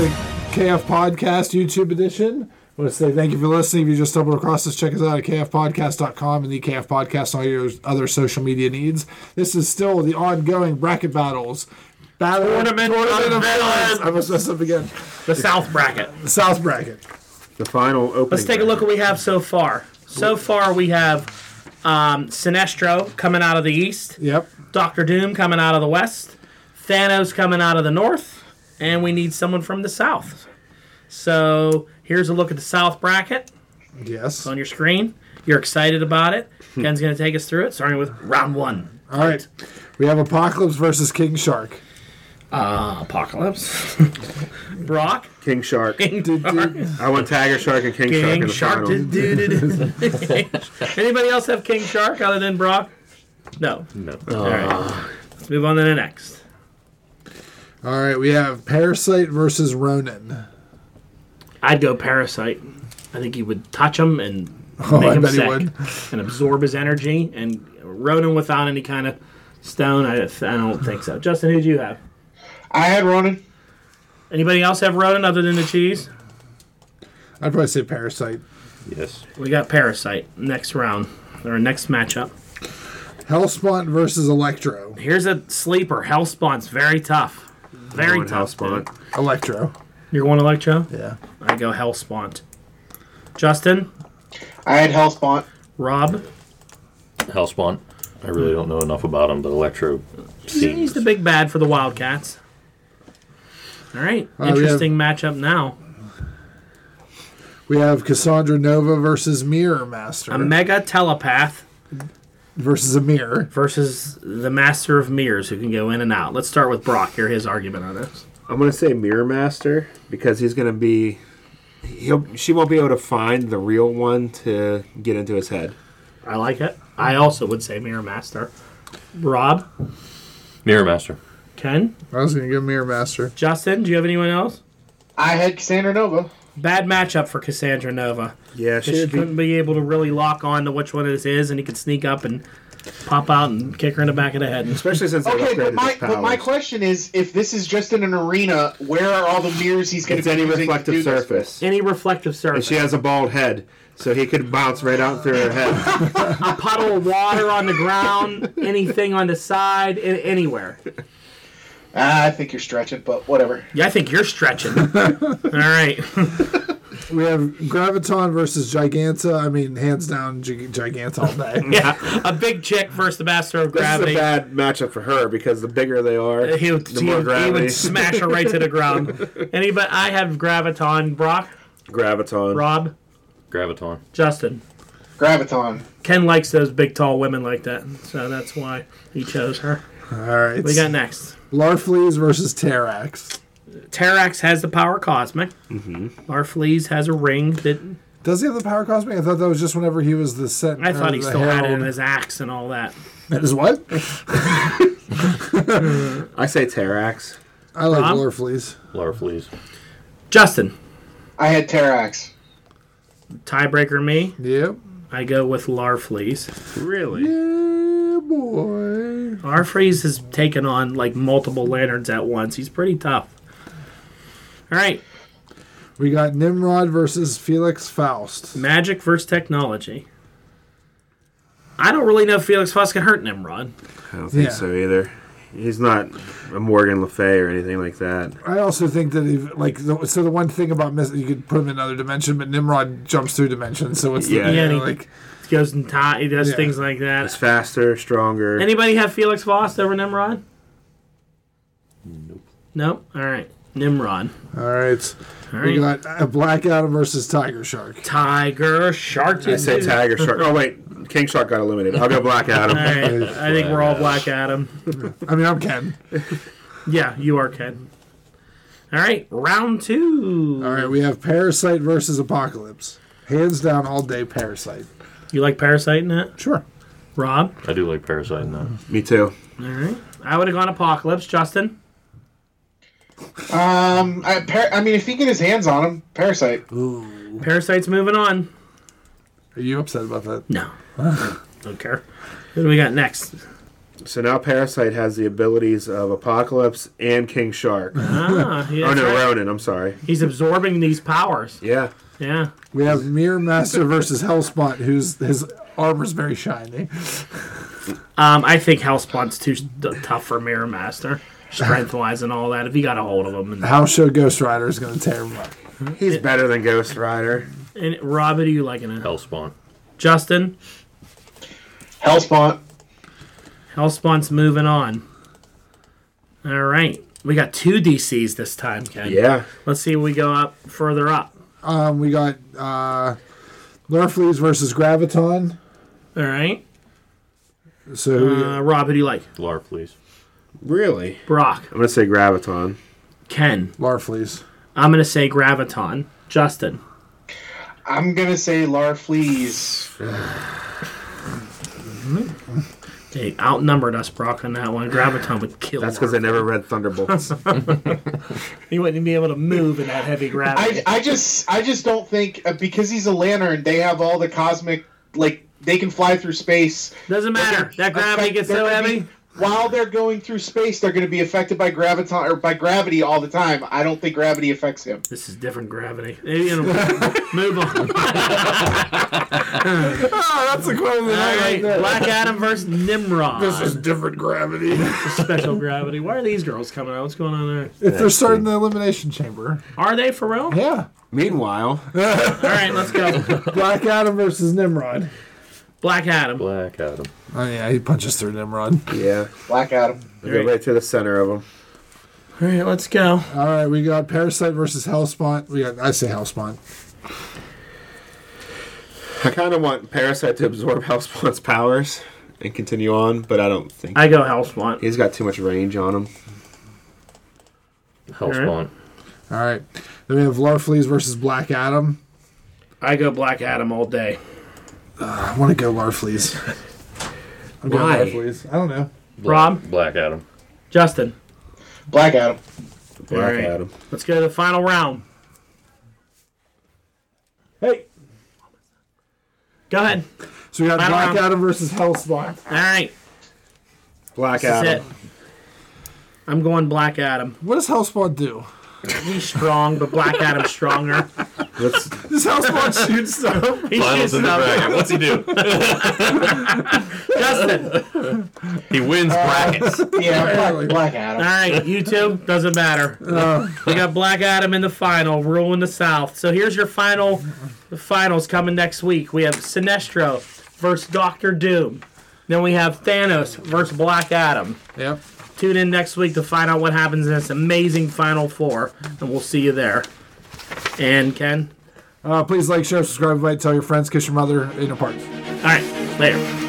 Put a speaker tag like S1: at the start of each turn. S1: KF Podcast YouTube edition. I want to say thank you for listening. If you just stumbled across us, check us out at kfpodcast.com and the KF Podcast and all your other social media needs. This is still the ongoing bracket battles. Battle
S2: Tournament of Villains.
S1: I must mess up again.
S2: The South bracket.
S1: The South bracket.
S3: The final opening.
S2: Let's take a look at what we have so far. So far, we have um, Sinestro coming out of the East,
S1: Yep.
S2: Doctor Doom coming out of the West, Thanos coming out of the North, and we need someone from the South. So here's a look at the South bracket
S1: Yes.
S2: on your screen. You're excited about it. Ken's going to take us through it, starting with round one.
S1: All right. We have Apocalypse versus King Shark.
S2: Ah, Apocalypse. Brock.
S3: King Shark.
S1: Did- did-
S3: I want Tiger Shark and King, Shark in
S2: King
S3: the
S2: Shark.
S3: final.
S2: Anybody else have King Shark other than Brock? No.
S4: No.
S2: All right. Let's move on to the next.
S1: All right. We have Parasite versus Ronin.
S2: I'd go Parasite. I think he would touch him and
S1: Oh,
S2: make
S1: I
S2: him
S1: bet he
S2: sick
S1: would.
S2: and absorb his energy. And Ronan without any kind of stone, I, I don't think so. Justin, who do you have?
S5: I had Ronan.
S2: Anybody else have Ronan other than the cheese?
S1: I'd probably say Parasite.
S4: Yes.
S2: We got Parasite next round or next matchup.
S1: Hellspawn versus Electro.
S2: Here's a sleeper. Hellspawn's very tough. Very
S3: Going
S2: tough. dude.
S3: Hellspawn.
S1: Electro.
S2: You're going Electro?
S1: Yeah.
S2: I go Hellspawn. Justin,
S5: I had Hellspawn.
S2: Rob,
S4: Hellspawn. I really don't know enough about him, but Electro
S2: he's
S4: seems.
S2: the big bad for the Wildcats. All right,
S1: Uh, we have-
S2: interesting matchup now.
S1: We have Cassandra Nova versus Mirror Master
S2: A mega telepath
S1: versus a mirror.
S2: versus the master of mirrors who can go in and out. Let's start with Brock. Hear his argument on this.
S3: I'm gonna say Mirror Master because he's gonna be. He'll. She won't be able to find the real one to get into his head.
S2: I like it. I also would say mirror master. Rob,
S4: Mirror Master.
S2: Ken,
S1: I was going to go Mirror Master.
S2: Justin, do you have anyone else?
S5: I had Cassandra Nova.
S2: Bad matchup for Cassandra Nova.
S3: Yeah,
S2: 'Cause She couldn't be able to really lock on to which one this is, and he could sneak up and pop out and kick her in the back of the head.
S3: Especially since they
S5: Okay,
S3: upgraded
S5: but my,
S3: his
S5: but my
S3: powers.
S5: question is, if this is just in an arena, where are all the mirrors he's going
S3: It's
S5: to be
S3: any
S5: using to do
S3: reflective
S5: this?
S3: surface.
S2: Any reflective
S3: And
S2: surface.
S3: she has a bald head, so he could bounce right out through her head.
S2: puddle of water on the ground, anything on the side, a- anywhere.
S5: Ah, I think you're stretching, but whatever.
S2: Yeah, I think you're stretching. All right.
S1: We have Graviton versus Giganta. I mean, hands down, Gig- Giganta all day.
S2: Yeah, a big chick versus the master of
S3: This is a
S2: gravity.
S3: bad matchup for her because the bigger they are,
S2: He would,
S3: the
S2: he
S3: more
S2: would- he
S3: gravity.
S2: would smash her right to the ground. Anybody? I have Graviton, Brock,
S3: Graviton.
S2: Rob,
S4: Graviton.
S2: Justin.
S5: Graviton.
S2: Ken likes those big, tall women like that, so that's why he chose her.
S1: All right.
S2: We got next.
S1: Larfleeze versus Terax.
S2: Terax has the power cosmic. Mm-hmm. Our Fleas has a ring that
S1: Does he have the power cosmic? I thought that was just whenever he was the set.
S2: I thought he
S1: the
S2: still had it in
S1: herald.
S2: his axe and all that.
S1: That is what?
S3: I say Terax.
S1: I like
S2: Rob?
S1: Larfleeze.
S4: Lara Fleas.
S2: Justin,
S5: I had Terax.
S2: tiebreaker me.
S1: Yep.
S2: I go with Larfleeze.
S3: Really?
S1: Yeah, boy.
S2: Larfleeze has taken on like multiple lanterns at once. He's pretty tough. All right,
S1: We got Nimrod versus Felix Faust.
S2: magic versus technology. I don't really know if Felix Foss can hurt Nimrod.
S3: I don't think
S1: Yeah.
S3: so either. He's not a Morgan Le Fay or anything like that.
S1: I also think that if, like the, so the one thing about Miss you could put him in another dimension, but Nimrod jumps through dimensions, so it's
S3: Yeah.
S1: the,
S2: Yeah,
S1: you know,
S2: and he-
S1: like
S2: He goes and tie. He does
S1: Yeah.
S2: things like
S3: It's
S2: that.
S3: faster, stronger.
S2: Anybody have Felix Foss over Nimrod? Nope. Nope. All right, Nimrod.
S1: all right.
S2: All
S1: We
S2: right.
S1: got a Black Adam versus Tiger Shark.
S2: Tiger Shark.
S3: I say Tiger Shark. Oh wait, King Shark got eliminated. I'll go Black Adam.
S2: All right. I think we're all Black Adam.
S1: I mean, I'm Ken.
S2: Yeah, you are Ken. All right, round two.
S1: All right, we have Parasite versus Apocalypse. Hands down, all day Parasite.
S2: You like Parasite in it,
S1: Sure.
S2: Rob?
S4: I do like Parasite in that.
S3: Me too.
S2: All right. I would have gone Apocalypse, Justin.
S5: Um, I, par- I mean, if he get his hands on him, Parasite.
S2: Parasite's moving on.
S1: Are you upset about that?
S2: No, don't care. Who do we got next?
S3: So now Parasite has the abilities of Apocalypse and King Shark. oh
S2: Ah, yeah,
S3: no,
S2: that's right.
S3: Ronan. I'm sorry.
S2: He's absorbing these powers.
S3: Yeah.
S2: Yeah.
S1: We have Mirror Master versus Hellspot, who's his armor's very shiny.
S2: Um, I think Hellspawn's too st- tough for Mirror Master, strength wise and all that. If he got a hold of him, and,
S1: House show Ghost Rider is going to tear him up.
S3: He's better than Ghost Rider.
S2: and Rob, who do you like in it?
S4: Hellspawn.
S2: Justin,
S5: Hellspawn.
S2: Hellspawn's moving on. All right, we got two DCs this time, Ken.
S3: Yeah.
S2: Let's see if we go up further up.
S1: Um, we got uh, Lurfleeze versus Graviton.
S2: All right,
S1: So who-
S2: uh, Rob, who do you like?
S4: Larf, please.
S3: Really?
S2: Brock,
S3: I'm gonna say Graviton.
S2: Ken.
S1: Larfleeze.
S2: I'm gonna say Graviton. Justin,
S5: I'm gonna say Larfleeze.
S2: they outnumbered us, Brock, on that one. Graviton would kill.
S3: That's because I never read Thunderbolts.
S2: he wouldn't be able to move in that heavy
S5: I,
S2: gravity.
S5: I just I just don't think uh, because he's a lantern, they have all the cosmic like they can fly through space.
S2: Doesn't matter. That gravity
S5: Affect-
S2: gets
S5: they're
S2: Ah, so
S5: gonna
S2: heavy.
S5: be- while they're going through space, they're going to be affected by graviton or by gravity all the time. I don't think gravity affects him.
S2: This is different gravity. You know, Move on.
S1: Oh, that's the quote of the
S2: All
S1: night
S2: right,
S1: right there.
S2: Black Adam versus Nimrod.
S1: This is different gravity.
S2: special gravity. Why are these girls coming out? What's going on there?
S1: if they're starting the elimination chamber,
S2: Are they for real? All
S1: yeah.
S3: Meanwhile,
S2: right, let's go.
S1: Black Adam versus Nimrod.
S2: Black Adam.
S4: Black Adam.
S1: Oh yeah, he punches through Nimrod.
S3: yeah,
S5: Black Adam.
S3: they go right to the center of him.
S2: All right, let's go.
S1: All right, we got Parasite versus Hellspont. We got I say Hellspont.
S3: I kind of want Parasite to absorb Hellspawn's powers and continue on, but I don't think
S2: I go Hellspawn.
S3: he's got too much range on him.
S4: Hellspawn.
S1: All right, then we have Larfleeze versus Black Adam.
S2: I go Black Adam all day.
S1: I want to go Larfleeze. I'm going
S3: Why?
S1: Larfleeze. I don't know.
S4: Black-
S2: Rob?
S4: Black Adam.
S2: Justin,
S5: Black Adam.
S3: Black
S2: Alright.
S3: Adam.
S2: let's go to the final round.
S1: Hey,
S2: Go ahead.
S1: so we got
S2: Final
S1: Black
S2: round.
S1: Adam versus Hellspont.
S2: All right,
S3: Black
S2: that's it.
S3: Adam.
S2: I'm going Black Adam.
S1: What does Hellspawn do?
S2: He's strong, but Black Adam's stronger.
S3: Let's,
S1: Does Hellspawn shoot stuff?
S2: He shoots
S4: Finals in the
S2: them.
S4: bracket. What's he do?
S2: Justin.
S4: He wins brackets.
S5: Yeah, Black, Black
S2: All
S5: Adam.
S2: right, you two. Doesn't matter. We got Black Adam in the final, ruling the South. So here's your final the finals coming next week. We have Sinestro versus Doctor Doom. Then we have Thanos versus Black Adam.
S1: Yep.
S2: Tune in next week to find out what happens in this amazing Final Four, and we'll see you there. And Ken,
S1: Uh, please like, share, subscribe, invite, tell your friends, kiss your mother in a park.
S2: all right, later.